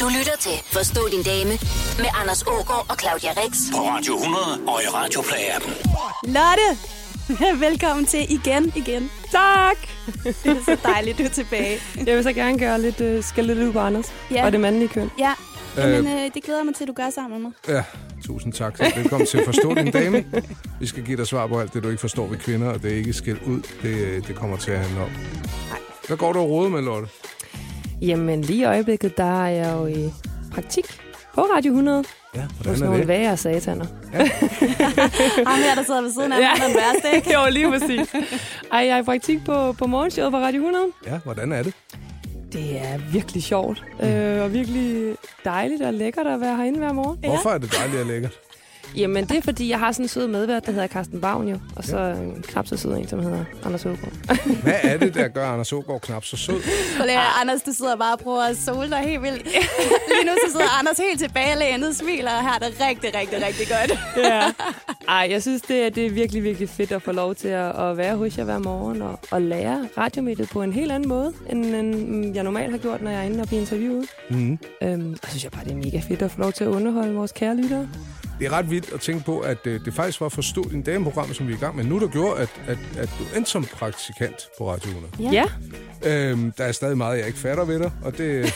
Du lytter til Forstå din dame med Anders Ågaard og Claudia Rex. På Radio 100 og i Radioplay-appen. Lotte, velkommen til igen, igen. Tak! Det er så dejligt, du er tilbage. Jeg vil så gerne gøre lidt øh, skaldet på Anders Ja. ja. og det mandlige køn. Ja, Øh. Jamen, øh, det glæder jeg mig til, at du gør sammen med mig. Ja, tusind tak. Så velkommen til Forstå din dame. Vi skal give dig svar på alt det, du ikke forstår ved kvinder, og det er ikke skæld ud. Det, det kommer til at handle om. Hvad går du og rode med, Lotte? Jamen lige i øjeblikket, der er jeg jo i praktik på Radio 100 Ja, hos hvordan er nogle det? værre sataner. Ham her, der sidder ved siden af mig, Ja. ja. den værste, ikke? jo, lige præcis. Ej, jeg er i praktik på, på morgenshowet på Radio 100. Ja, hvordan er det? Det er virkelig sjovt øh, og virkelig dejligt og lækkert at være herinde hver morgen. Hvorfor er det dejligt og lækkert? Jamen det er fordi, jeg har sådan en sød medvært, der hedder Carsten Bavn jo. Og så en knap så sød en, som hedder Anders Hågaard. Hvad er det, der gør Anders Ågaard knap så sød? Prøv lige, at- Anders, du sidder bare og prøver at sole dig helt vildt. Lige nu så sidder Anders helt tilbage, lænet smiler, og har det rigtig, rigtig, rigtig godt. ja. Ej, jeg synes, det er, det er virkelig, virkelig fedt at få lov til at, at være hos jer hver morgen og, og lære radiomediet på en helt anden måde, end, end mm, jeg normalt har gjort, når jeg er inde og bliver interviewet. Mm. Øhm, og så synes jeg bare, det er mega fedt at få lov til at underholde vores kære lyttere. Det er ret vildt at tænke på, at øh, det faktisk var Forstå din dame-program, som vi er i gang med nu, der gjorde, at, at, at du endte som praktikant på Radio 100. Ja. ja. Øhm, der er stadig meget, jeg ikke fatter ved dig, og det, Det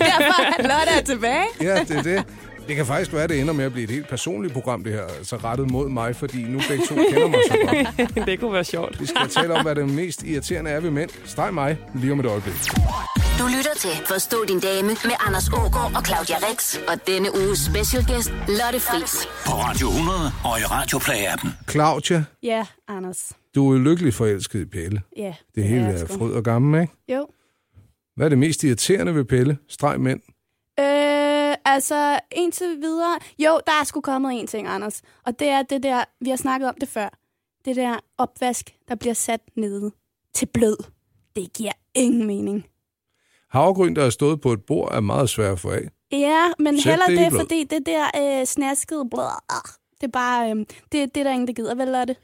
er derfor, at Lotte er tilbage. Ja, det er det. Det kan faktisk være, at det ender med at blive et helt personligt program, det her. Altså rettet mod mig, fordi nu begge to kender mig så godt. det kunne være sjovt. Vi skal tale om, hvad det mest irriterende er ved mænd. Streg mig lige om et øjeblik. Du lytter til Forstå din dame med Anders Ågaard og Claudia Rex. Og denne uges specialgæst, Lotte Friis. På Radio 100 og i Radioplay-appen. Claudia, Ja, Anders. du er lykkelig forelsket i Pelle. Ja, Det er hele jeg er sgu. fryd og gammel, ikke? Jo. Hvad er det mest irriterende ved Pelle? Streg mænd. Øh, altså, indtil videre... Jo, der er sgu kommet en ting, Anders. Og det er det der, vi har snakket om det før. Det der opvask, der bliver sat nede til blød. Det giver ingen mening. Havregryn, der er stået på et bord, er meget svært at få af. Ja, men Sæt heller det i det, blød. fordi det der øh, snaskede blød, det er bare... Øh, det, det er der ingen, der gider, vel, Lotte?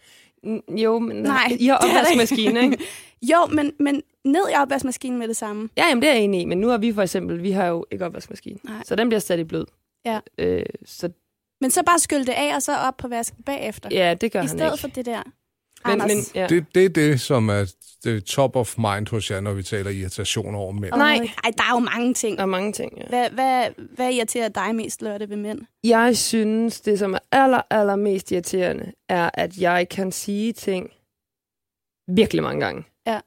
Jo, men Nej, I har det er der ikke. opvaskemaskine, ikke? Jo, men, men ned i opvaskemaskinen med det samme. Ja, jamen, det er jeg enig i, men nu har vi for eksempel, vi har jo ikke opvaskemaskine, Nej. så den bliver sat i blød. Ja. Øh, så Men så bare skyld det af, og så op på vasken bagefter. ja, det gør I han stedet ikke. for det der. Anders. ja. Det, det er det, som er det er top of mind hos jer, når vi taler irritation over mænd. Nej. Ej, der er jo mange ting. Og mange ting, ja. Hvad, hvad, hvad irriterer dig mest, Lotte, ved mænd? Jeg synes, det som er aller, aller mest irriterende, er, at jeg kan sige ting virkelig mange gange. Ja.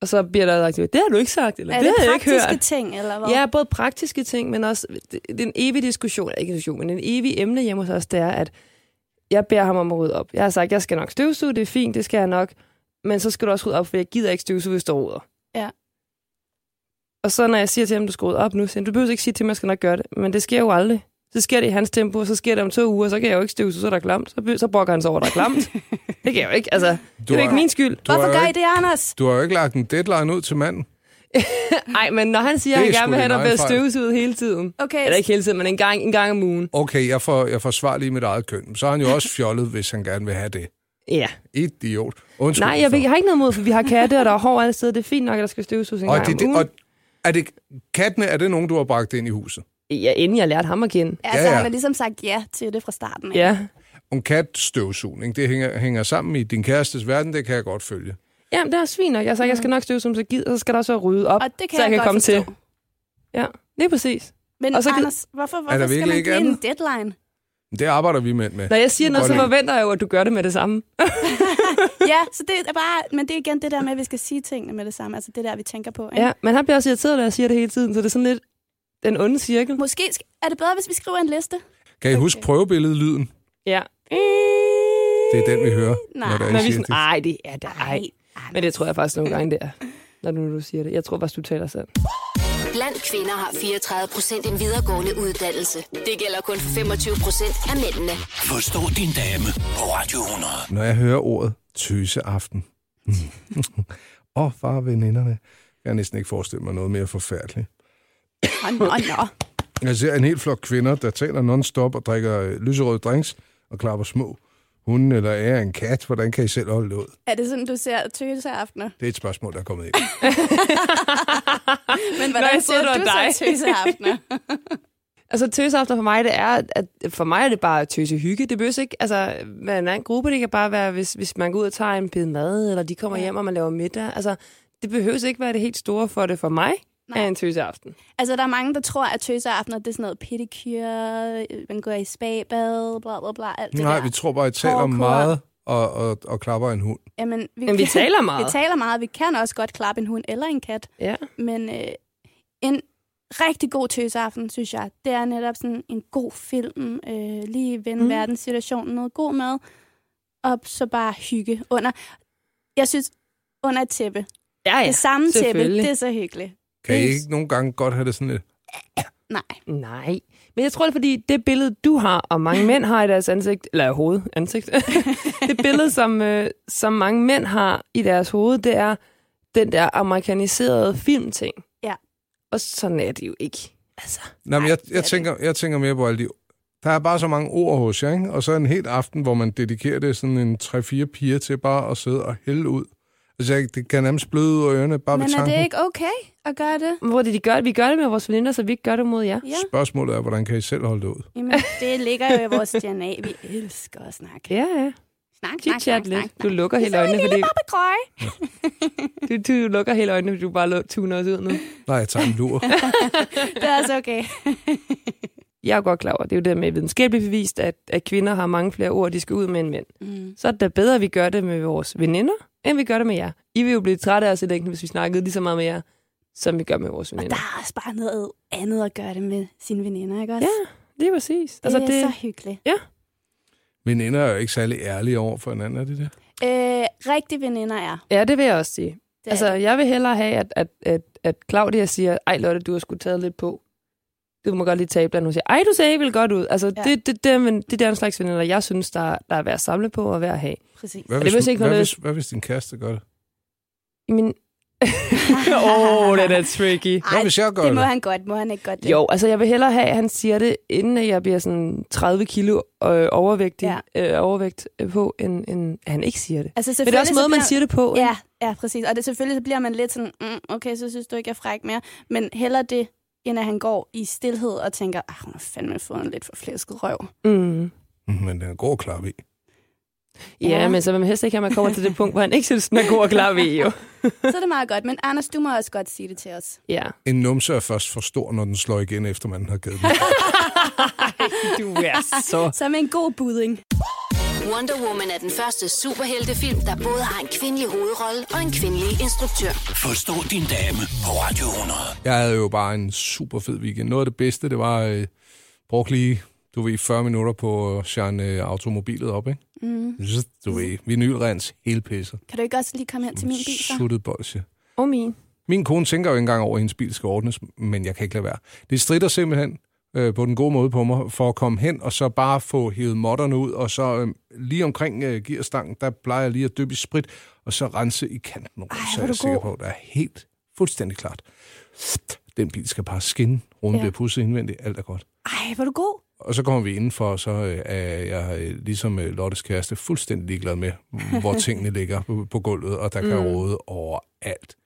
Og så bliver der sagt, det har du ikke sagt, eller er det, det har jeg ikke praktiske hørt. ting, eller hvad? Ja, både praktiske ting, men også det, det er en evig diskussion, eller ikke en diskussion, men en evig emne hjemme hos os, det er, at jeg beder ham om at rydde op. Jeg har sagt, jeg skal nok støvsuge, det er fint, det skal jeg nok, men så skal du også rydde op, for jeg gider ikke støvsuge, hvis du ruder. Ja. Og så når jeg siger til ham, du skal rydde op nu, siger han, du behøver ikke sige til mig, jeg skal nok gøre det, men det sker jo aldrig. Så sker det i hans tempo, så sker det om to uger, så kan jeg jo ikke støvsuge, så er der klamt. Så, be- så brokker han sig over, der er klamt. det kan jeg jo ikke, altså, det er jo har- ikke min skyld. Du har Hvorfor jo gør I ikke- det, Anders? Du har jo ikke lagt en deadline ud til manden. Nej, men når han siger, Det at er han sgu gerne vil din have, der egen bliver fejl. støvsuget hele tiden. Okay. Eller ikke hele tiden, men en gang, en gang om ugen. Okay, jeg, får, jeg forsvarer lige mit eget køn. Så er han jo også fjollet, hvis han gerne vil have det. Ja. Idiot. Undskyld. Nej, jeg, vil, jeg har ikke noget mod, for vi har katte, og der er hår alle steder. Det er fint nok, at der skal støvsuges en og, gang det, om det, ugen. og er det, kattene, er det nogen, du har bragt ind i huset? Ja, inden jeg lærte ham at kende. Altså, ja, ja. ja. han har ligesom sagt ja til det fra starten. ikke? Ja. Om katstøvsugning, det hænger, hænger sammen i din kærestes verden, det kan jeg godt følge. Jamen, det er også fint nok. Altså, Jeg sagde, jeg skal nok støvsuge, så gider, og så skal der også være ryddet op, Og det kan jeg, så jeg, kan godt komme forstå. til. Ja, lige præcis. Men Og så kan- Anders, hvorfor, Er hvorfor der skal virkelig man ikke give en andet? deadline? Men Det arbejder vi mænd med. Når jeg siger noget, så Godt. forventer jeg jo, at du gør det med det samme. ja, så det er bare... Men det er igen det der med, at vi skal sige tingene med det samme. Altså det der, vi tænker på. Ikke? Ja, men han bliver også irriteret, når jeg siger det hele tiden, så det er sådan lidt den onde cirkel. Måske sk- er det bedre, hvis vi skriver en liste. Kan I huske prøvebilledlyden? Ja. Det er den, vi hører, Nej. når der Når er vi er siger sådan, det. ej, det er det, ej. Men det tror jeg faktisk nogle gange, det er, når nu du siger det. Jeg tror faktisk, du taler sandt. Blandt kvinder har 34 procent en videregående uddannelse. Det gælder kun for 25 procent af mændene. Forstå din dame på Radio 100. Når jeg hører ordet tøseaften. Åh, oh, far veninderne. Jeg kan næsten ikke forestille mig noget mere forfærdeligt. Åh, nå, nå. Jeg ser en helt flok kvinder, der taler non-stop og drikker øh, lyserøde drinks og klapper små hunden eller er en kat? Hvordan kan I selv holde det ud? Er det sådan, du ser tøse aftener? Det er et spørgsmål, der er kommet ind. Men Nå, hvordan jeg troede, ser det du var dig. så tøse aftener? Altså tøseaften for mig, det er, at for mig er det bare tøse hygge. Det behøver ikke, altså, være en anden gruppe, det kan bare være, hvis, hvis man går ud og tager en bid mad, eller de kommer Ja. ja. hjem, og man laver middag. Altså, det behøves ikke være det helt store for det for mig, Nej. Nej. er en tøseaften. altså, der er mange, der tror, at tøse aftener, det er sådan noget pedicure, øh, man går i spabad, bla bla bla, alt det Nej, der. vi tror bare, I taler Hårdkort. meget og, og, og klapper en hund. Jamen, vi, Men vi taler vi meget. taler meget. Vi kan også godt klappe en hund eller en kat. Ja. Men øh, en rigtig god tøseaften, synes jeg, det er netop sådan en god film. Øh, lige vende mm. Mm. verdenssituationen noget god mad, og så bare hygge under. Jeg synes, under et tæppe. Ja, Ja, ja. det samme tæppe, selvfølgelig. det er så hyggeligt. Kan I Yes. ikke nogle gange godt have det sådan lidt? Nej, Nej. Men jeg tror, det er fordi, det billede, du har, og mange mænd har i deres ansigt, eller hoved, ansigt, det billede, som, øh, som mange mænd har i deres hoved, det er den der amerikaniserede filmting. Ja. Og sådan er det jo ikke. Altså, Nej, men jeg, er jeg, det. tænker, jeg tænker mere på alle de... Der er bare så mange ord hos jer, ikke? Og så en helt aften, hvor man dedikerer det sådan en 3-4 piger til bare at sidde og hælde ud. Altså, jeg, det kan nærmest bløde ud af ørerne, bare ved men er tanken. det ikke okay at gøre det? hvor er det, de gør det? Vi gør det med vores veninder, så vi ikke gør det mod jer. Ja, Spørgsmålet er, hvordan kan I selv holde det ud? jamen, det ligger jo i vores DNA. Vi elsker at snakke. Ja, ja. Snak, snak, Chit-chat snak, lidt. snak, Du snak. lukker helt Så er det øjnene, en fordi lille papegøje. du, du lukker helt øjnene, fordi du bare lå- tuner os ud nu. Nej, jeg tager en lur. Det er altså okay. Jeg er jo godt klar over, det er jo det med videnskabeligt bevist, at, at kvinder har mange flere ord, de skal ud med end mænd. Mm. så er det da bedre, at vi gør det med vores veninder, end vi gør det med jer. I vil jo blive trætte af os i længden, hvis vi snakkede lige så meget med jer, som vi gør med vores Og veninder. der er også bare noget andet at gøre det med sine veninder, ikke også? Ja, lige præcis. Altså, Altså, det er det, så hyggeligt. Veninder er jo ikke særlig ærlige over for hinanden, er de det? Øh, rigtig veninder er. ja, det vil jeg også sige. Det Altså, er det. jeg vil hellere have, at, at, at, at Claudia siger, ej Lotte, du har sgu taget lidt på. Du må godt lige tabe dig. Hun siger, ej, du ser helt vildt godt ud. Altså, Ja. ja. det, det, det, er- men det er den slags veninder, jeg synes, der, der er værd at samle på og værd at have. Præcis. Hvad Og det behøver ikke hvad, noget- hvis, hvad hvis din kæreste gør det? Min... Åh, oh, den er tricky. Hvad hvis jeg gør det det? må han godt. Må han ikke godt det? Jo, altså jeg vil hellere have, at han siger det, inden at jeg bliver sådan 30 kilo øh, overvægtig, ja. øh, overvægt øh, på, end, end at han ikke siger det. Altså, Men det er også måden, man siger det på. ikke? Ja, ja, præcis. Og det, selvfølgelig så bliver man lidt sådan, mm, okay, så synes du ikke, jeg er fræk mere. Men heller det, end at han går i stillhed og tænker, ah, hun har fandme fået en lidt for flæsket røv. Mm. Men den er god at klappe i. Ja, Ja. ja, men så vil man helst ikke have, at man kommer til det punkt, hvor han ikke synes, den er god at klare ved, jo. Så er det meget godt. Men Anders, du må også godt sige det til os. Ja. En numse er først for stor, når den slår igen, efter man har givet den. Du er så... Som en god budding. Wonder Woman er den første superheltefilm, der både har en kvindelig hovedrolle og en kvindelig instruktør. Forstå din dame på Radio 100. Jeg havde jo bare en super fed weekend. Noget af det bedste, det var, øh, brugte lige, du ved, 40 minutter på at shine øh, automobilet op, ikke? Mm. Zzz, Du ved, vinylrens, hele pisset. Kan du ikke også lige komme hen til min bil, så? Suttet bolsje. Og min. Min kone tænker jo ikke engang over, at hendes bil skal ordnes, men jeg kan ikke lade være. Det strider simpelthen øh, på den gode måde på mig, for at komme hen og så bare få hævet modderne ud, og så øh, lige omkring øh, gearstangen, der plejer jeg lige at dyppe i sprit, og så rense i kanten rundt, Ej, så hvor jeg er du sikker god. på, at det er helt fuldstændig klart. Den bil skal bare skinne, rummet Ja. ja. bliver pudset indvendigt, alt er godt. Ej, hvor er du god. Og så kommer vi indenfor, og så øh, er jeg øh, ligesom øh, Lottes kæreste fuldstændig ligeglad med, hvor tingene ligger på, på gulvet, og der kan Mm. rode overalt.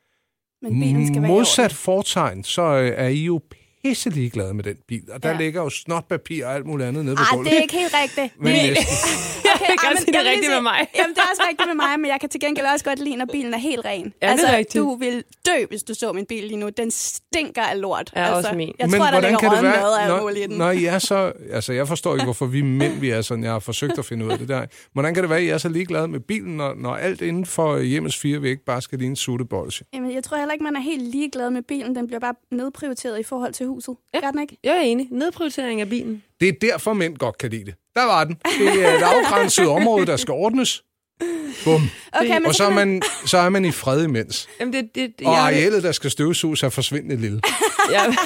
Men bilen skal være i Modsat orden. fortegn, så øh, er I jo pisse ligeglade med den bil. Og der Ja. ja. ligger jo snotpapir og alt muligt andet nede på Ej, gulvet. det er ikke helt rigtigt. Men Det- næsten. Okay, Jeg kan ej, men godt sige det jeg vil rigtigt lige med mig. sige- Jamen, det er også rigtigt med mig, men jeg kan til gengæld også godt lide, når bilen er helt ren. det er altså, rigtigt. Du vil dø, hvis du så min bil lige nu. Den stinker af lort. Ja, altså, også min. Jeg tror, der ligger rådden mad af alt når, muligt i den. når I er så... Altså, jeg forstår ikke, hvorfor vi mænd vi er sådan. Jeg har forsøgt at finde ud af det der. Hvordan kan det være, at I er så ligeglade med bilen, når, når alt inden for hjemmes fire væg bare skal ligne en suttebolse? Jamen, jeg tror heller ikke, man er helt ligeglad med bilen. Den bliver bare nedprioriteret i forhold til huset. Ja. Ja. Gør den ikke? Jeg er enig. Nedprioritering af bilen. Det er derfor, mænd godt kan lide det. Der var den. Det er et afgrænset område, der skal ordnes. Bum. Okay, men Og så kan er man, så er man i fred imens. Jamen, det, det, det, Og jeg, vil- arealet, der skal støvsuges, er forsvindende lille. jeg,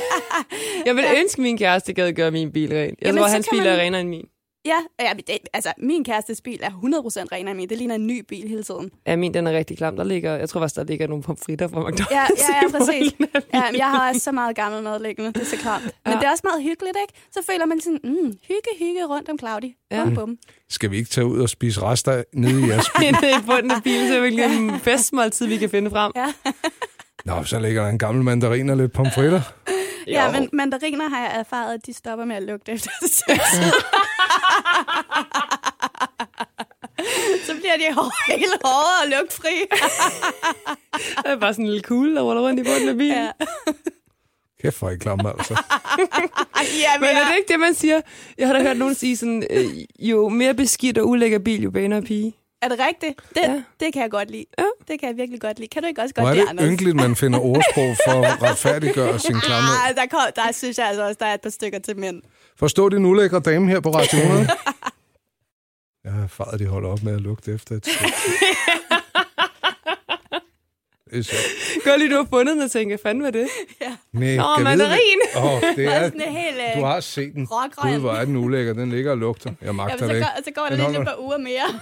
jeg vil ønske, min kæreste gad gøre min bil ren. Jeg Jamen, tror, så hans kan bil man- er renere end min. Ja, ja men det, altså, min kærestes bil er 100% renere end min. Det ligner en ny bil hele tiden. Ja, min den er rigtig klam. Der ligger, jeg tror faktisk, der ligger nogle pomfritter fra McDonald's. Ja, ja, ja i præcis. bunden Ja, af bilen. men jeg har også så meget gammel mad liggende, det er så klart. Men Ja. det er også meget hyggeligt, ikke? Så føler man sådan, mm, hygge, hygge rundt om Claudi. Ja. Ja. Bum, bum. Skal vi ikke tage ud og spise rester nede i jeres bil? Inde i bunden af bilen, så er det virkelig den bedste måltid, vi kan finde frem. Ja. Nå, så ligger der en gammel mandarin og lidt pomfritter. ja, men mandariner har jeg erfaret, at de stopper med at lugte efter sig. så bliver de hår- helt hårde og lugtfri. Det er bare sådan en lille kugle, der ruller rundt i bunden af bilen. Ja. Kæft, hvor er I klamme, altså. Ej, ja, Men er det ikke det, man siger? Jeg har da hørt nogen sige sådan, øh, jo mere beskidt og ulækker bil, jo bedre pige. er det rigtigt? Det, Ja. ja. det kan jeg godt lide. Ja. Det kan jeg virkelig godt lide. Kan du ikke også Hvor godt er lide, Anders? det ynkeligt, man finder ordsprog for at retfærdiggøre sin klamhed. Ah, der, kom, der synes jeg altså også, der er et par stykker til mænd. Forstå din ulækre dame her på Radio 100. Jeg har erfaret, at de holder op med at lugte efter et stykke. Det er sjovt. Gør lige, du har fundet den og tænker, fanden var det? Næh, Nå, gad vide, mandarin. hvad- Åh, det er... Sådan helt, øh, Du har set den. rågrøn. Gud, hvor er den ulækker. Den ligger og lugter. Jeg Ja, men magter så, det ikke. går, så går der Den lige holder- et par uger mere.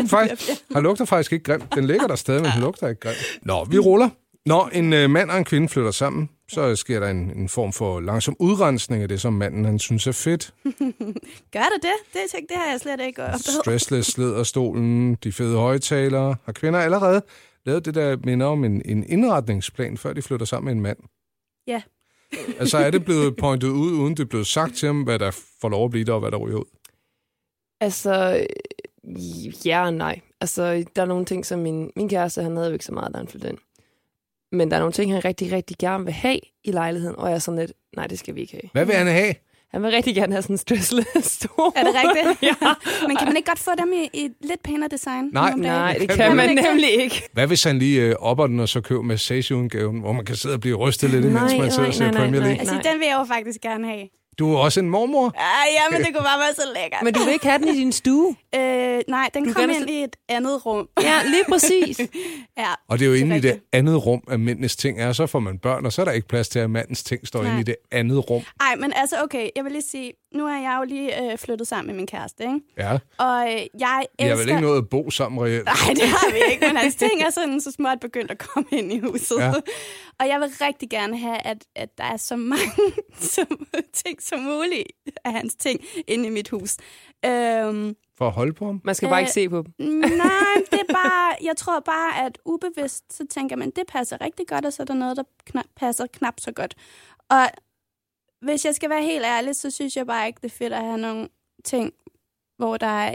Den, faktisk, han lugter faktisk ikke grimt. Den ligger der stadig, men den lugter ikke grimt. Nå, vi ruller. Når en øh, mand og en kvinde flytter sammen, så sker der en, en form for langsom udrensning af det, som manden han synes er fedt. Gør du det? Det, tænkte, det har jeg slet ikke øh, opdaget. Stressless lederstolen, de fede højtalere. Har kvinder allerede lavet det, der minder om en, en indretningsplan, før de flytter sammen med en mand? Ja. Altså er det blevet pointet ud, uden det er blevet sagt til dem, hvad der får lov at blive der, og hvad der ryger ud? Altså, øh, ja og nej. Altså, der er nogle ting, som min, min kæreste, han havde jo ikke så meget, da han flyttede ind. Men der er nogle ting, han rigtig, rigtig gerne vil have i lejligheden, og jeg er sådan lidt, nej, det skal vi ikke have. Hvad vil han have? Han vil rigtig gerne have sådan en stressless stol. Er det rigtigt? ja. Men kan man ikke godt få dem i, i et lidt pænere design? Nej. nu om dagen? Nej, det Kan kan man man ikke? nemlig ikke. Hvad hvis han lige øh, opper den, og så køber massageudgaven, hvor man kan sidde og blive rystet lidt, Nej, imens man sidder nej, og ser nej, nej, Premier League? nej. Altså, den vil jeg jo faktisk gerne have. Du er også en mormor. Ah, ja, men det kunne bare være så lækkert. Men du vil ikke have den i din stue? øh, nej, den Du kom kan ind da- i et andet rum. Ja, lige præcis. ja. Og det er jo inde i rigtigt. det andet rum, at mændenes ting er. Så får man børn, og så er der ikke plads til, at mandens ting står Nej. inde i det andet rum. Ej, men altså, okay, jeg vil lige sige, nu er jeg jo lige øh, flyttet sammen med min kæreste, ikke? Ja, Og øh, jeg elsker... jeg har vel ikke noget at bo sammen reelt. Nej, det har vi ikke, men hans ting er sådan så småt begyndt at komme ind i huset. Ja. Ja. Og jeg vil rigtig gerne have, at, at der er så mange som, ting som muligt af hans ting inde i mit hus. Øhm, For at holde på ham. Man skal bare ikke Øh, se på dem. nej, det er bare, jeg tror bare, at ubevidst, så tænker man, det passer rigtig godt, og så er der noget, der knap, passer knap så godt. Og hvis jeg skal være helt ærlig, så synes jeg bare ikke, det er fedt at have nogle ting, hvor der er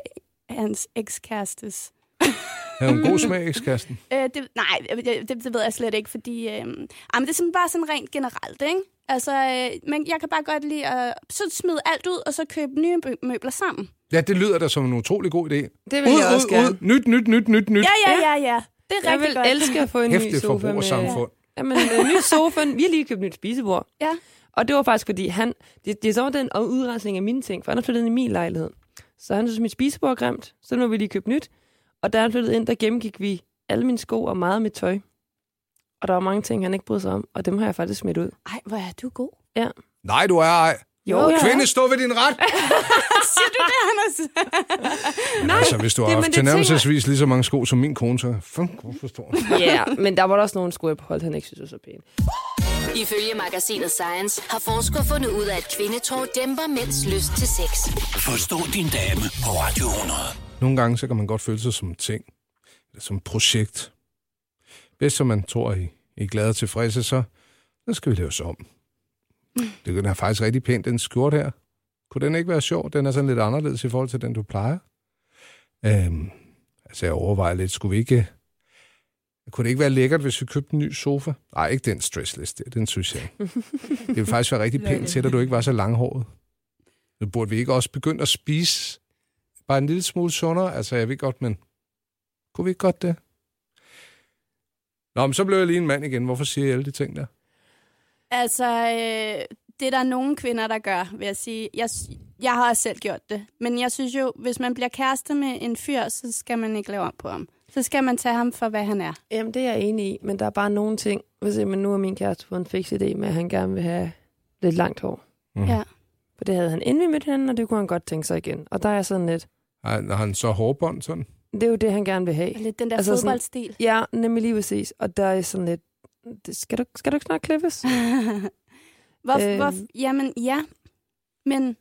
hans ekskærestes Han har en god smag, ekskæresten. Øh, det, nej, det, det ved jeg slet ikke, fordi... Øh, ej, men det er sådan bare sådan rent generelt, ikke? Altså, øh, men jeg kan bare godt lide at så smide alt ud, og så købe nye mø- møbler sammen. Ja, det lyder da som en utrolig god idé. Det Ud, ud, ud. Nyt, nyt, nyt, nyt, nyt. Ja, ja, ja, ja. Det er Jeg rigtig vil godt. elske at få en ny Hæftigt sofa med... forbrugersamfund. Jamen, en ny sofa. Vi har lige købt et nyt spisebord. Ja. Og det var faktisk, fordi han... Det, det er sådan den og udrensning af mine ting, for han har flyttet ind i min lejlighed. Så han synes, mit spisebord er grimt, så nu har vi lige købt nyt. Og da han flyttede ind, der gennemgik vi alle mine sko og meget af mit tøj. Og der var mange ting, han ikke brød sig om, og dem har jeg faktisk smidt ud. Ej, hvor er du god. Nej, du er ej. Jo, jeg er. Kvinde, stå ved din ret. Siger du det, Anders? Nej, Altså, hvis du har det- men haft det tænker- tilnærmelsesvis lige så mange sko som min kone, så fuck, hvor forstår jeg. Ja, yeah, men der var der også nogle sko, jeg beholdt, han ikke synes var så pæne. Ifølge magasinet Science har forskere fundet ud af, at kvindetår dæmper mænds lyst til sex. Forstå din dame på Radio 100. Nogle gange, så kan man godt føle sig som en ting, eller som et projekt. Hvis som man tror, I, I er glade og tilfredse, så, så skal vi lave os om. Det den er faktisk rigtig pænt, den skjort her. Kunne den ikke være sjov? Den er sådan lidt anderledes i forhold til den, du plejer. Øhm, altså, jeg overvejer lidt, skulle vi ikke... øh, Kunne det ikke være lækkert, hvis vi købte en ny sofa? Nej, ikke den stresslist der, den synes jeg ikke. Det ville faktisk være rigtig pænt til dig, du ikke var så langhåret. Nu burde vi ikke også begynde at spise bare en lille smule sundere. Altså, jeg ved godt, men kunne vi ikke godt det? Nå, men så blev jeg lige en mand igen. Hvorfor siger jeg alle de ting der? altså, øh, det er der nogle kvinder, der gør, vil jeg sige. Jeg, s- jeg har også selv gjort det. Men jeg synes jo, hvis man bliver kæreste med en fyr, så skal man ikke lave om på ham. Så skal man tage ham for, hvad han er. Jamen, det er jeg enig i, men der er bare nogle ting. Hvis men nu har min kæreste fået en fix idé med, at han gerne vil have lidt langt hår. Mm. Ja. For det havde han inden vi mødte hinanden, og det kunne han godt tænke sig igen. Og der er jeg sådan lidt, Har, har han så hårbånd sådan? det er jo det, han gerne vil have. Og lidt den der altså Altså sådan- fodboldstil. Ja, nemlig lige præcis. Og der er jeg sådan lidt, det skal, du, skal du ikke snart klippes? Hvor, Øhm. hvor, jamen, ja. Men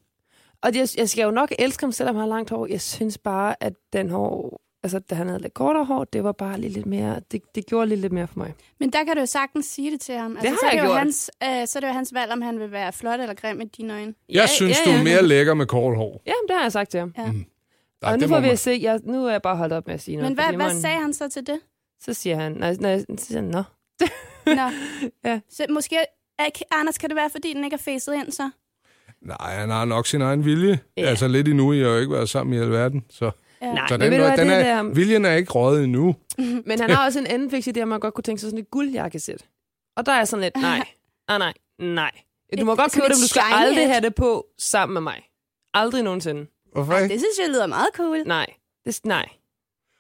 Og jeg, jeg skal jo nok elske ham, selvom han har langt hår. Jeg synes bare, at den hår, altså da han havde lidt kortere hår, det var bare lige lidt mere, det, det gjorde lige lidt mere for mig. Men der kan du jo sagtens sige det til ham. Altså, har så, er jeg det jo gjort. hans, øh, så er det jo hans valg, om han vil være flot eller grim i dine øjne. Jeg ja, synes, ja, ja. du er mere lækker med kort hår. Ja, det har jeg sagt til ham. Ej, og nu det får må vi man- at se, jeg, nu er jeg bare holdt op med at sige noget. Men hvad, fordi hvad man- sagde han så til det? Så siger han, nej, nej, så siger han, nå. Nå. Ja. Så måske, er- kan- Anders, kan det være, fordi den ikke er facet ind så? Nej, han har nok sin egen vilje. Ja. Ja. Altså lidt endnu, I har jo ikke været sammen i alverden. Så, Ja. Nej, så men den, ved du hvad, den det er, der- viljen er ikke røget endnu. Men han har også en anden fiks idé, at man godt kunne tænke sig sådan et guldjakkesæt. Og der er jeg sådan lidt, nej, nej, nej, nej. Du må Et- godt sådan købe det, et men du skal shiny aldrig et. have det på sammen med mig. Aldrig nogensinde. Hvorfor Ej, ikke? det synes jeg lyder meget cool. Nej. Det, nej.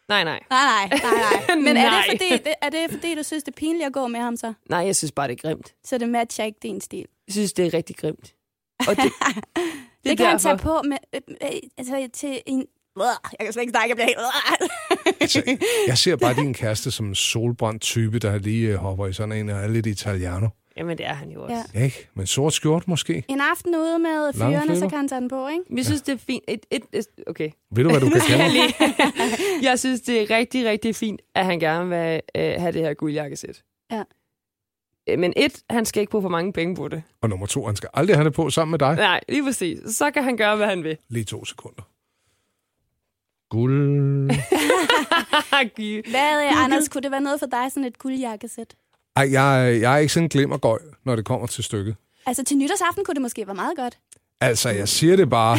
Nej, nej. Nej, nej, nej, nej. Men er, Det Nej. fordi, det- er det fordi, du synes, det er pinligt at gå med ham så? Nej, jeg synes bare, det er grimt. Så det matcher ikke din stil. Det, Jeg synes, det er rigtig grimt. Og det, det kan han tage på med, øh, øh, altså, til en... Jeg kan slet ikke snakke, jeg bliver helt... Altså, jeg ser bare din kæreste som en solbrændt type, der lige øh, hopper i sådan en og er lidt italiano. Jamen, det er han jo også. Ja. Ja. Ikke? Men sort skjort måske. En aften ude med fyrene, så flyver. kan han tage den på, ikke? Men jeg synes, det er fint. Et, et, et, okay. Ved du, hvad du Nu kan skal jeg kalde? lige. jeg synes, det er rigtig, rigtig fint, at han gerne vil øh, have det her guldjakkesæt. Ja. Øh, Men et, han skal ikke bruge for mange penge på det. Og nummer to, han skal aldrig have det på sammen med dig. Nej, lige præcis. Så kan han gøre, hvad han vil. Lige to sekunder. Guld. Hvad, øh, Anders, kunne det være noget for dig, sådan et guldjakkesæt? Ej, jeg, jeg er ikke sådan en glimmergøj, når det kommer til stykket. Altså, til nytårsaften kunne det måske være meget godt. Altså, jeg siger det bare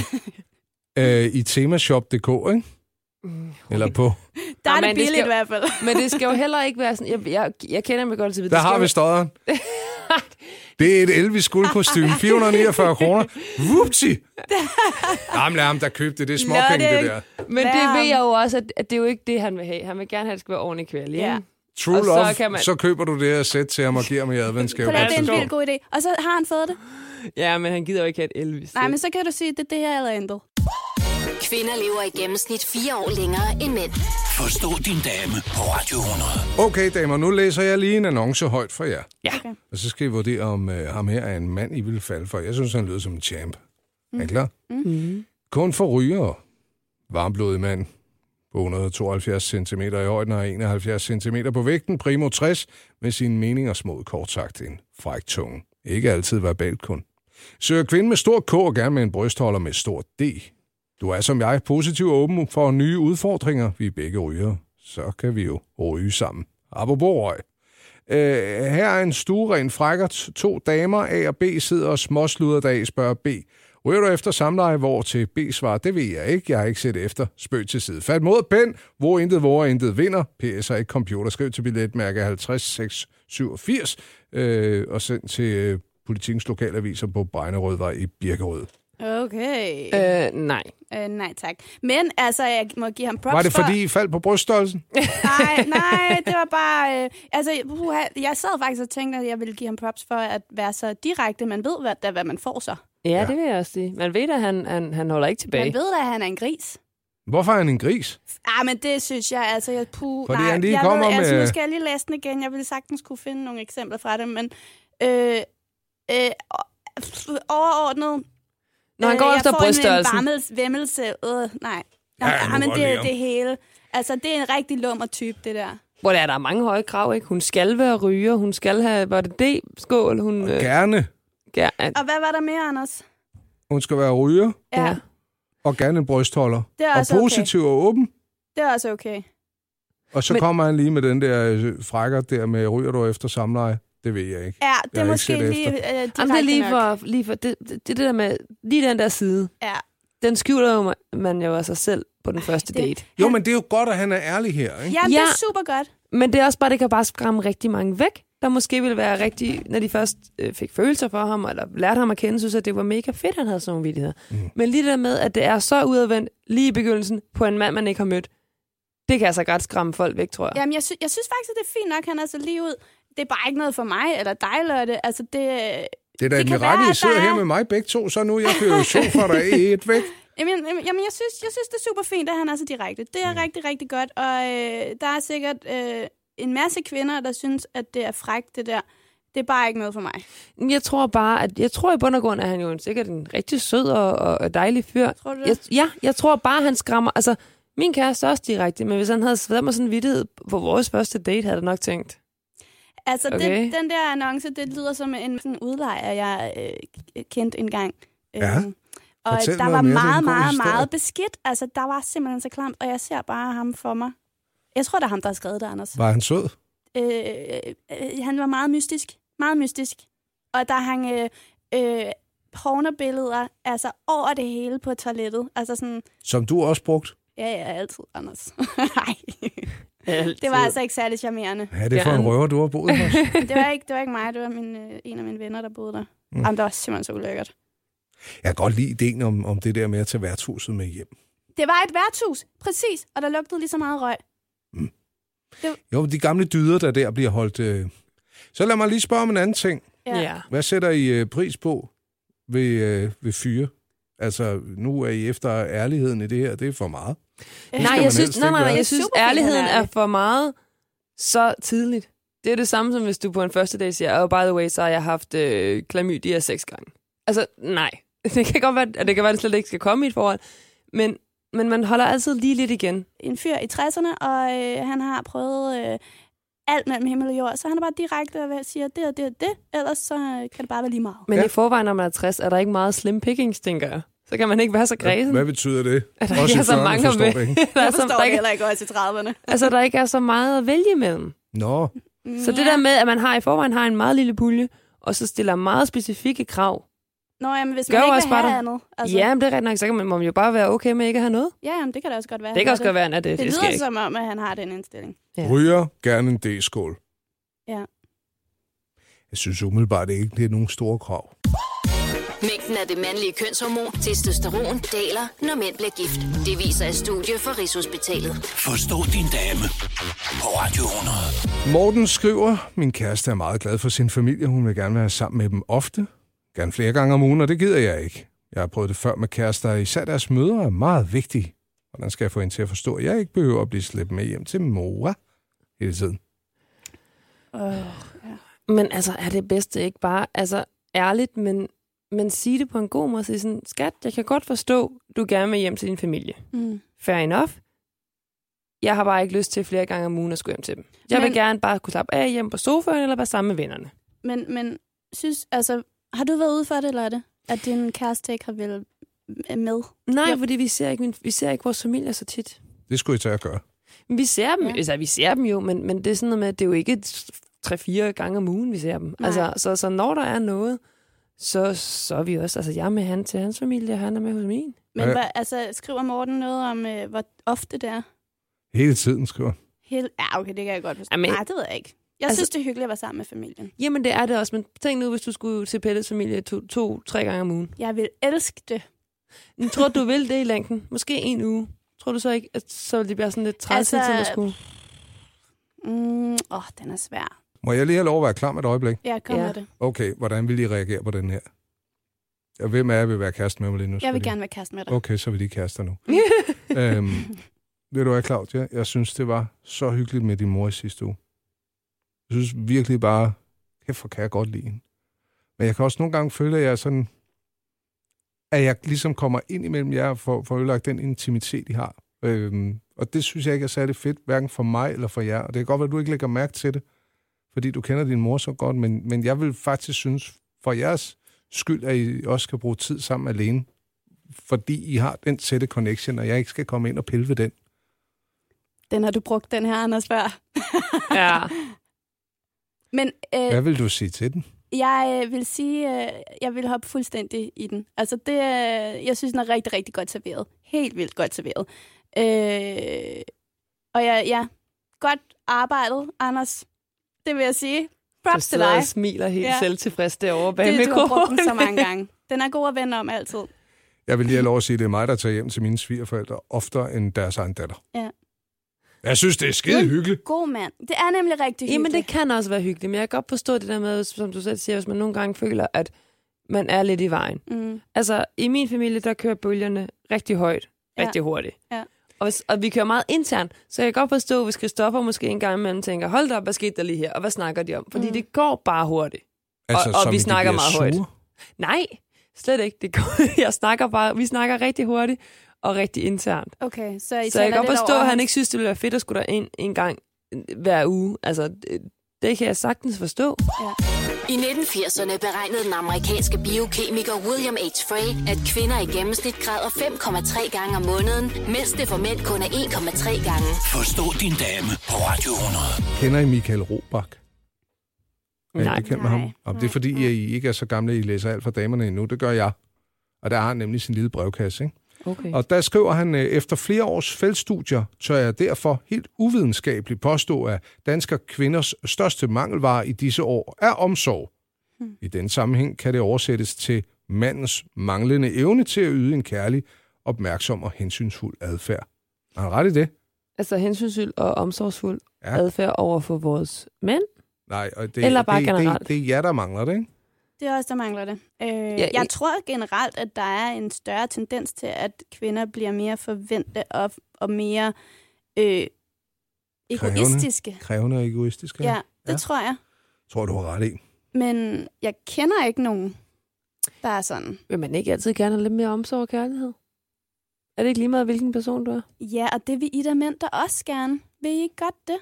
øh, i temashop.dk, ikke? Mm, Eller på. Der er Nå, det men det billigt skal- i hvert fald. Men det skal jo heller ikke være sådan... Jeg, jeg, jeg kender mig godt til det. Der Det skal har vi jo- stodderen. Det er et Elvis guldkostyme. 449 kroner. Whoopsie! Jamen, lad ham da købe det. Det er småpenge, Lad det det. der. Men det Værm. ved jeg jo også, at, at det er jo ikke det, han vil have. Han vil gerne have, at det skal være ordentligt kvæl. Ja. True Og så love, så, kan man- så køber du det her sæt til ham og giver ham i adventsgave. Prøv på at et det er en tidspunkt. vild god idé. Og så har han fået det. ja, men han gider jo ikke have et Elvis. Nej, men så kan du sige, det er det her eller intet. Kvinder lever i gennemsnit fire år længere end mænd. Forstå din dame på Radio 100. Okay, damer, nu læser jeg lige en annonce højt for jer. Ja. Okay. Og så skal I vurdere, om øh, ham her er en mand, I vil falde for. Jeg synes, han lyder som en champ. Mm. Er I klar? Mm. Kun for rygere. Varmblodig mand. På 172 cm i højden og 71 cm på vægten. Primo 60 med sine meninger små kort sagt en fræk tunge. Ikke altid verbalt kun. Søger kvinde med stor K og gerne med en brystholder med stor D. Du er som jeg positiv og åben for nye udfordringer. Vi er begge ryger. Så kan vi jo ryge sammen. Apropos røg. Øh, her er en stueren frækkert. To damer, A og B, sidder og småsluder dag, spørger B. Ryger du efter samleje, hvor til B svarer, det ved jeg ikke, jeg har ikke set efter. Spøg til side. Fat mod pen, hvor intet hvor intet vinder. PS er ikke computer. Skriv til billetmærke 50687 øh, og send til øh, politikens lokalaviser på Bregnerødvej i Birkerød. Okay. Øh. Øh, nej. Øh, nej, tak. Men altså, jeg må give ham props Var det for... fordi, I faldt på bryststørrelsen? Nej, nej, det var bare... Øh, altså, uha, jeg sad faktisk og tænkte, at jeg ville give ham props for at være så direkte. Man ved hvad, da, hvad man får så. Ja, ja, det vil jeg også sige. Man ved, at han, han, han holder ikke tilbage. Man ved da, at han er en gris. Hvorfor er han en gris? Ah, men det synes jeg, altså, jeg, puh, Fordi nej, han lige jeg kommer ved, altså, med- nu skal jeg lige læse den igen, jeg ville sagtens kunne finde nogle eksempler fra det, men øh, øh, overordnet, Når han går øh, efter jeg får bryststørrelsen. en varmel- væmmelse, øh, nej, Ja, nej, nu nej men godt, det, Leon. det hele, altså, det er en rigtig lummer type, det der. Hvor der er, der er mange høje krav, ikke? Hun skal være ryger, hun skal have, var det D-skål, hun... Øh, Gerne. ja, ja, Og hvad var der mere, Anders? Hun skal være ryger ja. og gerne en brystholder. Det er Og også positiv og åben. okay. Det er også okay. Og så Men- Men... kommer han lige med den der øh, frækker der med, ryger du efter samleje? Det ved jeg ikke. Ja, Jeg det er har måske ikke set lige øh, direkte Jamen, det er lige nok. for, lige for det, det, det, der med, lige den der side, Ja. den skjuler jo ma- man jo af sig selv på den første det- date. Jo, men det er jo godt, at han er ærlig her, ikke? Jamen, ja. det Ja. er super godt. Men det er også bare, det kan bare skræmme rigtig mange væk, der måske ville være rigtig, når de først øh, fik følelser for ham, eller lærte ham at kende, synes at det var mega fedt, han havde sådan nogle vildigheder. Mm. Men lige det der med, at det er så udadvendt lige i begyndelsen på en mand, man ikke har mødt, det kan altså godt skræmme folk væk, tror jeg. Jamen, jeg, sy- jeg synes faktisk, at det er fint nok, han er så lige ud. Det er bare ikke noget for mig eller dig, Lotte. Altså, det, Det er da Det et kan mirakel, være, I at sidder der her er- med mig begge to, så nu er jeg kører jo sofa der i et væk. Jamen, jamen, jamen jeg, synes, jeg synes, det er super fint, at han er så direkte. Det er mm. rigtig, rigtig godt, og øh, der er sikkert øh, en masse kvinder, der synes, at det er frækt, det der. Det er bare ikke noget for mig. Jeg tror bare, at jeg tror i bund og grund, at han jo en- sikkert en rigtig sød og, og, og dejlig fyr. Tror du det? Jeg, ja, jeg tror bare, han skræmmer. Altså, min kæreste er også direkte, men hvis han havde været mig sådan en vidtighed på vores første date, havde jeg nok tænkt. Altså, okay. Okay. den, den der annonce, det lyder som en sådan udlejer, jeg øh, kendte engang. Øh, Ja. Og Fortæl der noget var mere, det er meget, en god meget, historie. meget beskidt. Altså, der var simpelthen så klamt, og jeg ser bare ham for mig. Jeg tror, det er ham, der har skrevet det, Anders. Var han sød? Øh, øh, han var meget mystisk. Meget mystisk. Og der hang øh, øh, pornobilleder altså over det hele på toilettet. Altså sådan, Som du også brugt. ja, ja, altid, Anders. Nej, det var altså ikke særlig charmerende. Ja, det er for en Gerne. røver, du har boet hos. Det var ikke, det var ikke mig, det var min, øh, en af mine venner, der boede der. Mm. Jamen, det var simpelthen så ulækkert. Jeg kan godt lide ideen om, om det der med at tage værtshuset med hjem. Det var et værtshus, præcis, og der lugtede lige så meget røg. Jo, de gamle dyder, der der bliver holdt... Øh... Så lad mig lige spørge om en anden ting. Ja. ja. Hvad sætter I øh, pris på ved, øh, ved fyre? Altså, nu er I efter ærligheden i det her. Det er for meget. Nej, Øh, man jeg synes, helst nej, ikke nej, nej, være. jeg synes Superfint at ærligheden være er ærlig. for meget så tidligt. Det er det samme som hvis du på en første dag siger, oh, by the way, så har jeg haft øh, klamydia seks gange. Altså, nej. Det kan godt være, at det kan være, at det slet ikke skal komme i et forhold. Men, men man holder altid lige lidt igen. En fyr i 60'erne, og øh, han har prøvet øh, alt mellem himmel og jord, så han er bare direkte og siger det og det og det, ellers så øh, kan det bare være lige meget. Men Ja. ja. i forvejen, når man er 60, er der ikke meget slim pickings, tænker jeg. Så kan man ikke være så græsen. Hvad betyder det? at der ikke Også i er så 40'erne mange at forstår det vælge. ikke. Der er så- der ikke- heller ikke også i 30'erne. Altså, der ikke er så meget at vælge imellem. Nå, Mm, Så det der med, at man har i forvejen har en meget lille pulje, og så stiller meget specifikke krav. Nå, jamen, hvis Gør man ikke også vil bare have der- andet. Altså... Ja, men det er rigtigt nok. Så kan man, må man jo bare være okay med ikke at have noget. ja jamen, det kan da også godt være. Det kan han også har godt være, at det, Det, det, det det lyder sker ikke. som om, at han har den indstilling. Ja. ryger gerne en D-skål. Ja. Jeg synes umiddelbart det ikke, det er nogen store krav. Mængden af det mandlige kønshormon, testosteron, daler, når mænd bliver gift. Det viser et studie fra Rigshospitalet. Forstå din dame på Radio 100. Morten skriver, min kæreste er meget glad for sin familie. Hun vil gerne være sammen med dem ofte. Gerne flere gange om ugen, og det gider jeg ikke. Jeg har prøvet det før med kærester. Især deres mødre er meget vigtige. Hvordan skal jeg få hende til at forstå, at jeg ikke behøver at blive slæbt med hjem til mora hele tiden? Men altså, er det bedste ikke bare altså, ærligt, men, men sige det på en god måde. Sige sådan, skat, jeg kan godt forstå, du gerne vil hjem til din familie. Mm. Fair enough. Jeg har bare ikke lyst til flere gange om ugen at skulle hjem til dem. Jeg men... Men- vil gerne bare kunne slappe af hjem på sofaen eller være sammen med vennerne. Men, men synes, altså, har du været ude for det, eller er det? At din kæreste ikke har vel med? Nej, Ja. ja. fordi vi ser, ikke, min- vi ser ikke vores familie så tit. Det skulle I tage at gøre. Men Vi ser dem, Ja. ja. altså, vi ser dem jo, men, men det er sådan noget med, at det er jo ikke 3-4 gange om ugen, vi ser dem. Nej. Altså, så, så når der er noget, så, så er vi også, altså jeg er med han til hans familie, og han er med hos min. Men Ja. ja. hvad, altså, skriver Morten noget om, øh, hvor ofte det er? Hele tiden, skriver han. Helt, ja, okay, det kan jeg godt forstå. Jamen- Nej, det ved jeg ikke. Jeg Altså- altså, synes, det er hyggeligt at være sammen med familien. Jamen det er det også, men tænk nu, hvis du skulle til Pelles familie to-tre to, tre gange om ugen. Jeg vil elske det. Men Tror du, du vil det i længden? Måske en uge. Tror du så ikke, at så det bliver sådan lidt træt Altså, altså, til at skulle? Mm, åh, oh, den er svær. Må jeg lige have lov at være klar med et øjeblik? Jeg kommer Ja. ja. det. Okay, hvordan vil I reagere på den her? Og hvem er jeg vil være kæreste med mig lige nu? Jeg vil Fordi- gerne være kæreste med dig. Okay, så er vi lige kærester nu. øhm, Mm. ved du hvad, Claudia? Jeg synes, det var så hyggeligt med din mor i sidste uge. Jeg synes virkelig bare, kæft hvor kan jeg godt lide hende. Men jeg kan også nogle gange føle, at jeg er sådan, at jeg ligesom kommer ind imellem jer og får, får ødelagt den intimitet, I har. Øhm, og det synes jeg ikke er særlig fedt, hverken for mig eller for jer. Og det kan godt være, at du ikke lægger mærke til det, fordi du kender din mor så godt, men, men jeg vil faktisk synes, for jeres skyld, at I også skal bruge tid sammen alene, fordi I har den tætte connection, og jeg ikke skal komme ind og pille ved den. Den har du brugt, den her, Anders, før. Ja. Men øh, Hvad vil du sige til den? jeg øh, vil sige, øh, jeg vil hoppe fuldstændig i den. Altså, det, øh, jeg synes, den er rigtig, rigtig godt serveret. Helt vildt godt serveret. Øh, og jeg, ja, godt arbejdet, Anders. Det vil jeg sige. Du Props til sidder dig. og smiler helt Ja. ja. selvtilfreds derovre bag Det, du har brugt den så mikrofonen. mange gange. Den er god at vende om altid. Jeg vil lige have lov at sige, at det er mig, der tager hjem til mine svigerforældre oftere end deres egen datter. Ja. Jeg synes, det er skide Mm. Jamen. hyggeligt. God mand. Det er nemlig rigtig Jamen, hyggeligt. det kan også være hyggeligt, men jeg kan godt forstå det der med, som du selv siger, hvis man nogle gange føler, at man er lidt i vejen. Mm. Altså, i min familie, der kører bølgerne rigtig højt, Ja. rigtig hurtigt. Ja. Og, hvis, og vi kører meget internt, så jeg kan godt forstå, hvis Christoffer måske en gang imellem tænker, hold da op, hvad skete der lige her, og hvad snakker de om? Fordi Mm. mm. det går bare hurtigt. Altså, og som vi i, de snakker bliver meget højt. sure. Nej, slet ikke. Det går, jeg snakker bare, vi snakker rigtig hurtigt og rigtig internt. Okay, så I så jeg taler kan godt lidt forstå, over at han hans- ikke synes, det ville være fedt at skulle derind en gang øh, hver uge. Altså, det, det kan jeg sagtens forstå. I 1980'erne beregnede den amerikanske biokemiker William H. Frey, at kvinder i gennemsnit græder 5,3 gange om måneden, mens det for mænd kun er 1,3 gange. Forstå din dame på Radio 100. Kender I Michael Robach? Er I Nej. bekendt med ham? Nej. Jamen, det er fordi, Nej. I ikke er så gamle, I læser alt for damerne endnu. Det gør jeg. Og der har han nemlig sin lille brevkasse, ikke? Okay. Og der skriver han, øh, efter flere års feltstudier, tør jeg derfor helt uvidenskabeligt påstå, at dansker kvinders største mangelvare i disse år er omsorg. Hmm. I den sammenhæng kan det oversættes til mandens manglende evne til at yde en kærlig, opmærksom og hensynsfuld adfærd. Har han ret i det? Altså hensynsfuld og omsorgsfuld Ja. ja. adfærd over for vores mænd. Nej, og det, Eller bare det, det, generelt. det er jer, der mangler det, ikke? Det er også, der mangler det. Øh, ja, Ja, jeg i- tror generelt, at der er en større tendens til, at kvinder bliver mere forvente og, og mere øh, Krævende. egoistiske. Krævende og egoistiske. Ja, det Ja. tror jeg. Tror du har ret i. Men jeg kender ikke nogen, der er sådan. Vil man ikke altid gerne have lidt mere omsorg og kærlighed? Er det ikke lige meget, hvilken person du er? Ja, og det vil I der mænd der også gerne. Vil I ikke godt det?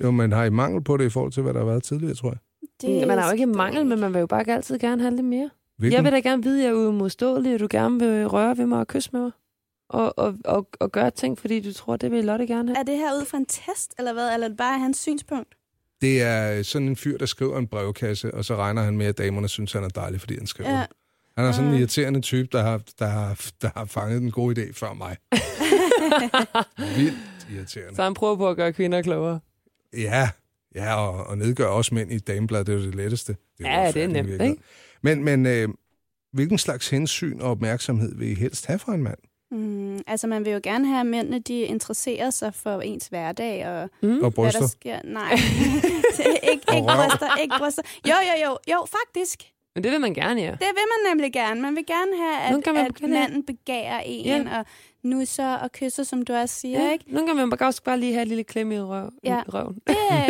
Jo, men har I mangel på det i forhold til, hvad der har været tidligere, tror jeg? det man har jo ikke skal- mangel, men man vil jo bare ikke altid gerne have lidt mere. Hvilken? Jeg vil da gerne vide, at jeg er uimodståelig, og du gerne vil røre ved mig og kysse med mig. Og, og, og, og gøre ting, fordi du tror, det vil Lotte gerne have. Er det her ud fra en test, eller hvad? Eller er det bare hans synspunkt? Det er sådan en fyr, der skriver en brevkasse, og så regner han med, at damerne synes, han er dejlig, fordi han skriver. Ja. Ja. Han er sådan en Ah. irriterende type, der har, der, har, der har fanget den gode idé før mig. Vildt irriterende. Så han prøver på at gøre kvinder klogere. Ja, ja og, og nedgør også mænd i et dameblad, det er jo det letteste. jo Ja, det er forfærdeligt nemt, virkelig. ikke? Men, men øh, hvilken slags hensyn og opmærksomhed vil I helst have fra en mand? Mm, altså, man vil jo gerne have, at mændene de interesserer sig for ens hverdag og Mm. Og Hvad bryster? der sker. Nej. ikke, Og ikke røv. bryster, ikke bryster. Jo, jo, jo, jo, faktisk. Men det vil man gerne, ja. Det vil man nemlig gerne. Man vil gerne have, Nogle at, gange vil man at gerne have- manden begærer en, og nusser og kysser, som du også siger, Ja, ikke? Nogle gange vil man også bare lige have et lille klem i røv, Ja. ja. røven. Det er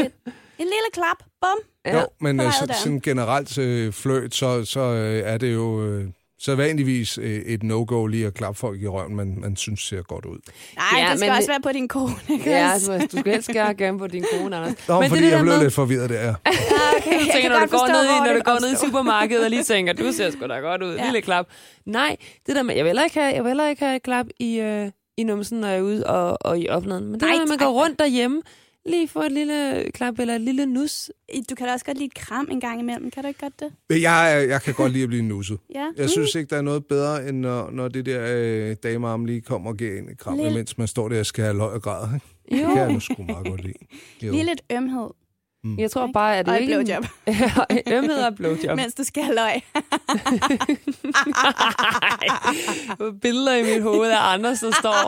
en lille klap. Bum. Ja. Jo, men på vej øh, ud så, døren. sådan generelt øh, fløjt, så, så øh, er det jo øh, så vanligvis øh, et no-go lige at klappe folk i røven, man, man synes ser godt ud. Nej, Ja, det skal men- også være på din kone, ikke? Ja, også? altså, du skal helst gøre gerne på din kone, Anders. Nå, men fordi det det jeg der blev med- lidt forvirret der. Ah, okay. Du tænker, jeg når kan du går godt forstå, ned, i, hvor når du det går ned i opstår. supermarkedet og lige tænker, du ser sgu da godt ud, Ja. ja. lille klap. Nej, det der med, jeg vil heller ikke have, jeg vil heller ikke have et klap i, øh, i numsen, når jeg er ude og, og i offentligheden. Men det Nej, der med, at man tak. går rundt derhjemme, lige få et lille klap eller et lille nus. Du kan da også godt lide et kram en gang imellem. Kan du ikke godt det? Men Jeg, jeg kan godt lide at blive nusset. Ja. Mm. Mm. Jeg synes ikke, der er noget bedre, end når, når det der øh, damearm lige kommer og giver en et kram, Lille- mens man står der og skal have løg og græd. ikke? Det Jo, kan jeg nu sgu meget godt lide. Jo. Lige lidt ømhed jeg tror bare, at det og et er ikke... blowjob, blowjob. Ømhed og blowjob. mens du skal have løg. Nej. Billeder i mit hoved af Anders, der står.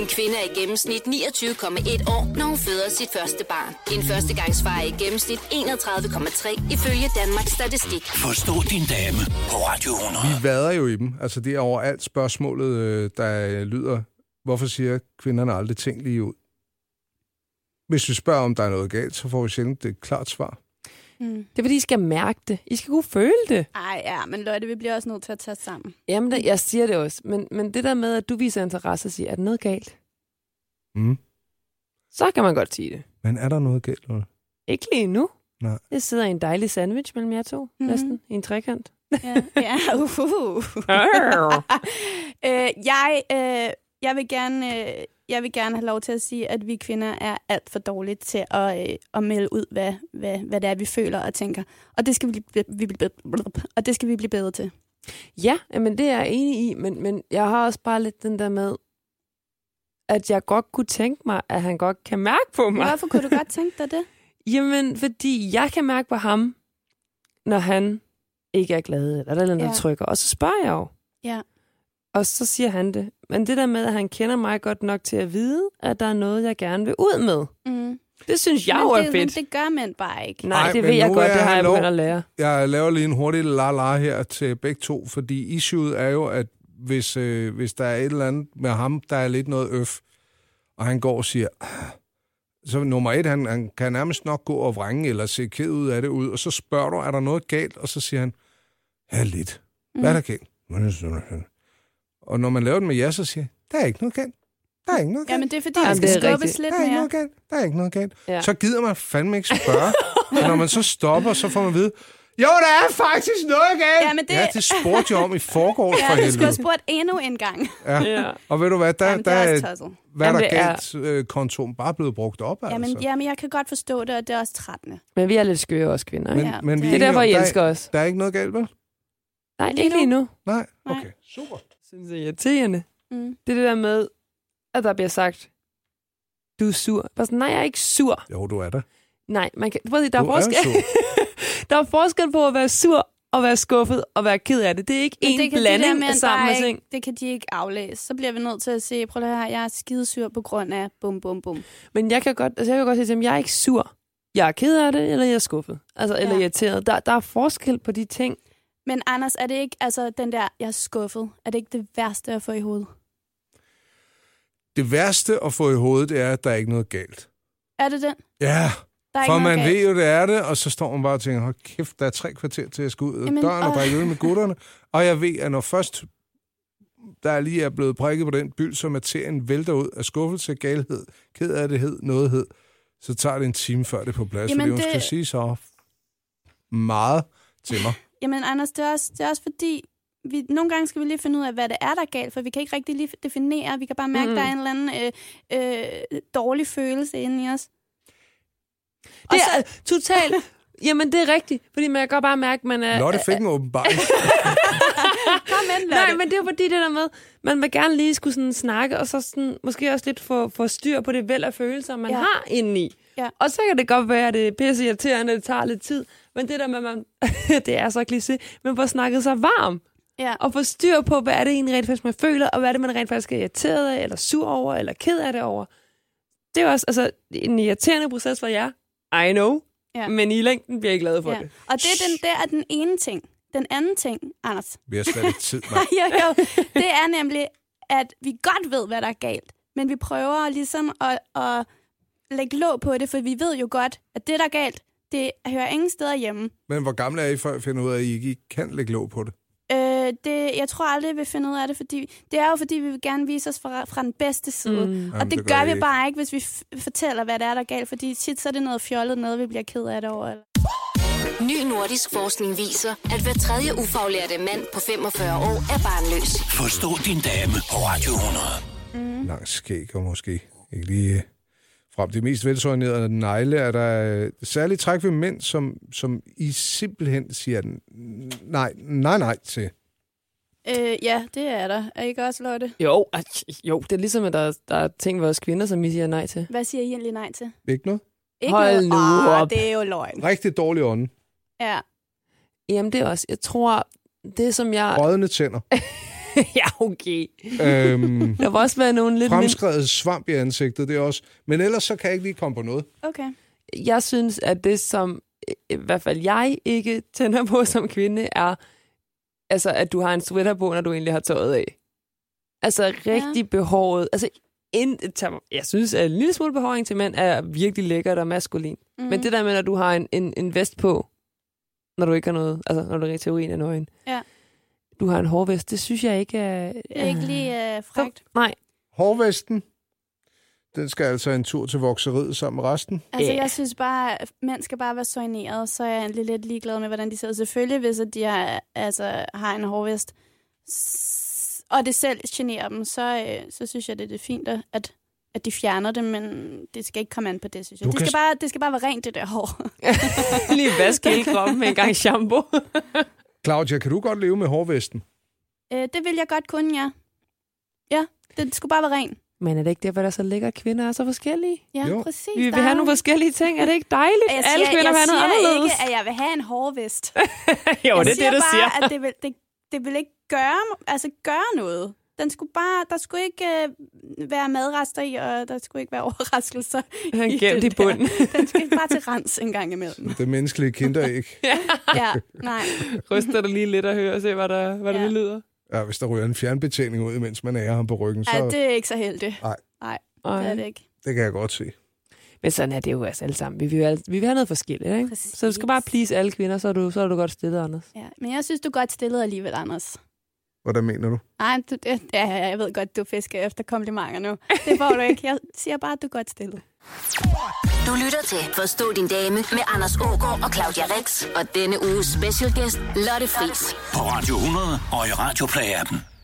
En kvinde er i gennemsnit 29,1 år, når hun føder sit første barn. En førstegangsfar er i gennemsnit 31,3 ifølge Danmarks Statistik. Forstå din dame på Radio 100. Vi vader jo i dem. Altså, det er overalt spørgsmålet, øh, der øh, lyder, hvorfor siger kvinderne aldrig ting lige ud? Hvis vi spørger, om der er noget galt, så får vi sjældent et klart svar. Mm. Det er, fordi I skal mærke det. I skal kunne føle det. Ej, ja, men Lotte, vi bliver også nødt til at tage os sammen. Jamen, det, jeg siger det også. Men, men det der med, at du viser interesse og siger, er der noget galt? Mm. Så kan man godt sige det. Men er der noget galt? Lotte? Ikke lige nu. Nej. Jeg sidder i en dejlig sandwich mellem jer to. Mhm. Mm-hmm. Næsten. I en trekant. Ja, ja. uhuhu. øh, jeg, øh, jeg, vil gerne, øh, jeg vil gerne have lov til at sige, at vi kvinder er alt for dårlige til at, øh, at melde ud, hvad, hvad, hvad det er, vi føler og tænker. Og det skal vi, blive, vi, blive, og det skal vi blive bedre til. ja, men det er jeg enig i. Men, men jeg har også bare lidt den der med, at jeg godt kunne tænke mig, at han godt kan mærke på mig. Hvorfor kunne du godt tænke dig det? Jamen, fordi jeg kan mærke på ham, når han ikke er glad, eller der er noget, der Ja. ja. trykker. Og så spørger jeg jo. Ja. Og så siger han det. Men det der med, at han kender mig godt nok til at vide, at der er noget, jeg gerne vil ud med. Mm. Det synes jeg jo men er det, men fedt. det gør mænd bare ikke. Nej, Nej, det men ved jeg nu godt, er det har han jeg lov. begyndt at lære. Jeg laver lige en hurtig la-la her til begge to, fordi issueet er jo, at hvis, øh, hvis der er et eller andet med ham, der er lidt noget øf, og han går og siger, "Ah." så nummer et, han, han kan nærmest nok gå og vrænge eller se ked ud af det ud, og så spørger du, er der noget galt? Og så siger han, ja lidt. Mm. Hvad er der galt? Hvad er der galt?" Og når man laver den med jer, så siger jeg, der er ikke noget galt. Der er ikke noget galt. Jamen, det er fordi, der Jamen, skal det er skubbes rigtigt. lidt Der er ikke mere. noget galt. Der er ikke noget galt. Ja. Ja. Så gider man fandme ikke spørge. og når man så stopper, så får man at vide, jo, der er faktisk noget galt. Ja, men det- ja, det spurgte jeg om i forgårs for Ja, du skulle helvede. have spurgt endnu en gang. Ja. Og ved du hvad, der, Jamen, det der er er, også tosset. hvad Jamen, der det er- galt øh, kontoen bare blevet brugt op, altså. Jamen, jamen, jeg kan godt forstå det, og det er også trættende. Men vi er lidt skøre også, kvinder. Ikke? men, ja, men vi det er- Det er enige derfor, om, I der er- elsker os. Der er ikke noget galt, vel? Nej, Lige ikke lige nu. Nej? Nej. Okay, super. Synes jeg er irriterende. Mm. Det er det der med, at der bliver sagt, du er sur. Bare sådan, nej, jeg er ikke sur. Jo, du er der. Nej, man kan, prøv at se, der, er Du er jo forskel, der er forskel på at være sur og være skuffet og være ked af det. Det er ikke Men en blanding af sammen med bare ting. ikke, det kan de ikke aflæse. Så bliver vi nødt til at se, prøv lige her, jeg er skidesyr på grund af bum, bum, bum. Men jeg kan godt, altså jeg kan godt sige til dem, jeg er ikke sur. Jeg er ked af det, eller jeg er skuffet. Altså, eller Ja. irriteret. Der, der er forskel på de ting. Men Anders, er det ikke, altså den der, jeg er skuffet, er det ikke det værste at få i hovedet? Det værste at få i hovedet, det er, at der er ikke noget galt. Er det den? Ja, Der er for ikke noget man galt. ved jo, det er det, og så står man bare og tænker, hold kæft, der er tre kvarter til, at jeg skal ud af Jamen, døren og åh. drikke øl med gutterne. Og jeg ved, at når først der lige er blevet prikket på den byld, som materien vælter ud af skuffelse, galhed, ked af det hed, nådighed, så tager det en time før det er på plads, Jamen, Jamen, fordi hun det- skal sige så meget til mig. Jamen Anders, det er også, det er også fordi, vi, nogle gange skal vi lige finde ud af, hvad det er, der er galt, for vi kan ikke rigtig lige definere. Vi kan bare mærke, Mm. mm. der er en eller anden øh, øh, dårlig følelse inde i os. Det er totalt... Jamen, det er rigtigt. Fordi man kan godt bare mærke, at man Øh, er... Lotte fik en åbenbaring. Kom ind, Nej, men det er fordi det der med, man vil gerne lige skulle sådan snakke, og så sådan, måske også lidt få, få styr på det væld af følelser, man ja. Ja. har indeni. Ja. Og så kan det godt være, at det er pisse irriterende, det tager lidt tid, men det der med, at man, det er så kliché, men får snakket sig varm, Ja. og få styr på, hvad er det egentlig rent faktisk, man føler, og hvad er det, man rent faktisk er irriteret af, eller sur over, eller ked af det over. Det er jo også altså, en irriterende proces for jer. I know. Ja. Men i længden bliver jeg glad for ja. det. Og det er den, der er den ene ting. Den anden ting, Anders, Vi har slet ikke tid, mand. jo, jo, det er nemlig, at vi godt ved, hvad der er galt, men vi prøver ligesom at, at lægge låg på det, for vi ved jo godt, at det, der er galt, det hører ingen steder hjemme. Men hvor gamle er I, før I finder ud af, at I ikke kan lægge låg på det? Øh, det, jeg tror aldrig, vi finder ud af det, fordi det er jo, fordi vi vil gerne vise os fra, fra den bedste side. Mm. Og Jamen, det, det det gør gør I vi ikke. bare ikke, hvis vi f- fortæller, hvad det er, der er galt, fordi tit så er det noget fjollet, noget vi bliver ked af det over. Eller? Ny nordisk forskning viser, at hver tredje ufaglærte mand på 45 år er barnløs. Forstå din dame på Radio 100. mm. langt skæg og måske ikke lige øh, frem. Det mest velsorienterede negle er der øh, særligt træk ved mænd, som, som I simpelthen siger n- nej, nej, nej til. Øh, ja, det er der. Er I ikke også, Lotte? Jo, at- jo, det er ligesom, at der, der er ting ved os kvinder, som vi siger nej til. Hvad siger I egentlig nej til? Ikke noget? Ikke Hold noget? nu Åh, op. det er jo løgn. Rigtig dårlig ånde. Ja. Jamen, det er også. Jeg tror, det som jeg... Rødne tænder. ja, okay. øhm, Der vil også være nogle lidt... mindre- fremskrevet svamp i ansigtet, det er også. Men ellers så kan jeg ikke lige komme på noget. Okay. Jeg synes, at det, som i i hvert fald jeg ikke tænder på som kvinde, er, altså, at du har en sweater på, når du egentlig har tøjet af. Altså, rigtig ja. behåret. Altså, en, jeg synes, at en lille smule behåring til mænd er virkelig lækkert og maskulin. Mm. Men det der med, at du har en, en, en vest på, når du ikke har noget, altså, når du er i teorien er nøgen. Ja. Du har en hårvest, det synes jeg ikke er... Det er ikke lige øh, frækt. Nej, Hårvesten, den skal altså en tur til vokseriet sammen med resten. Altså, Ja. jeg synes bare, at mænd skal bare være soigneret, så er jeg egentlig lidt ligeglad med, hvordan de ser ud. Selvfølgelig, hvis at de har, altså, har en hårvest, s- og det selv generer dem, så, øh, så synes jeg, det er det fint, at- at, at de fjerner det, men det skal ikke komme an på det, synes jeg. Du Det kan skal, s- bare, det skal bare være rent, det der hår. lige vaske hele kroppen med en gang shampoo. Claudia, kan du godt leve med hårvesten? øh, det vil jeg godt kunne, ja. Ja, det skulle bare være rent. Men er det ikke derfor, der er så lækker kvinder er så forskellige? Ja, Jo. præcis. Vi der vil have er- nogle forskellige ting. Er det ikke dejligt? jeg Alle siger, kvinder vil jeg have noget siger anderledes. ikke, at jeg vil have en hårvest. jo, jeg det er siger det, du bare, siger. at det vil, det, det vil ikke gøre, altså gøre noget. Den skulle bare, der skulle ikke øh, være madrester i, og der skulle ikke være overraskelser. Han I gemt i det der. bunden. Den skulle ikke bare til rens en gang imellem. Det menneskelige kinderæg. Ja, nej. Ryster dig lige lidt og hører og se, hvad der, hvad der Ja. lige lyder. Ja, hvis der ryger en fjernbetjening ud, mens man ærer ham på ryggen, så Ej, det er ikke så heldigt. Det er Ej. det ikke. det kan jeg godt se. Men sådan er det jo altså alle sammen. Vi vil, jo alle, vi vil have noget forskelligt, ikke? Præcis. Så du skal bare please alle kvinder, så er du, så er du godt stillet, Anders. Ja, men jeg synes, du er godt stillet alligevel, Anders. Hvordan mener du? Nej, du, det, ja, ja, jeg ved godt, du fisker efter komplimenter nu. Det får du ikke. Jeg siger bare, at du er godt stillet. Du lytter til Forstå din dame med Anders Ågaard og Claudia Rex. Og denne uges specialgæst, Lotte Friis. På Radio 100 og i Radioplay-appen.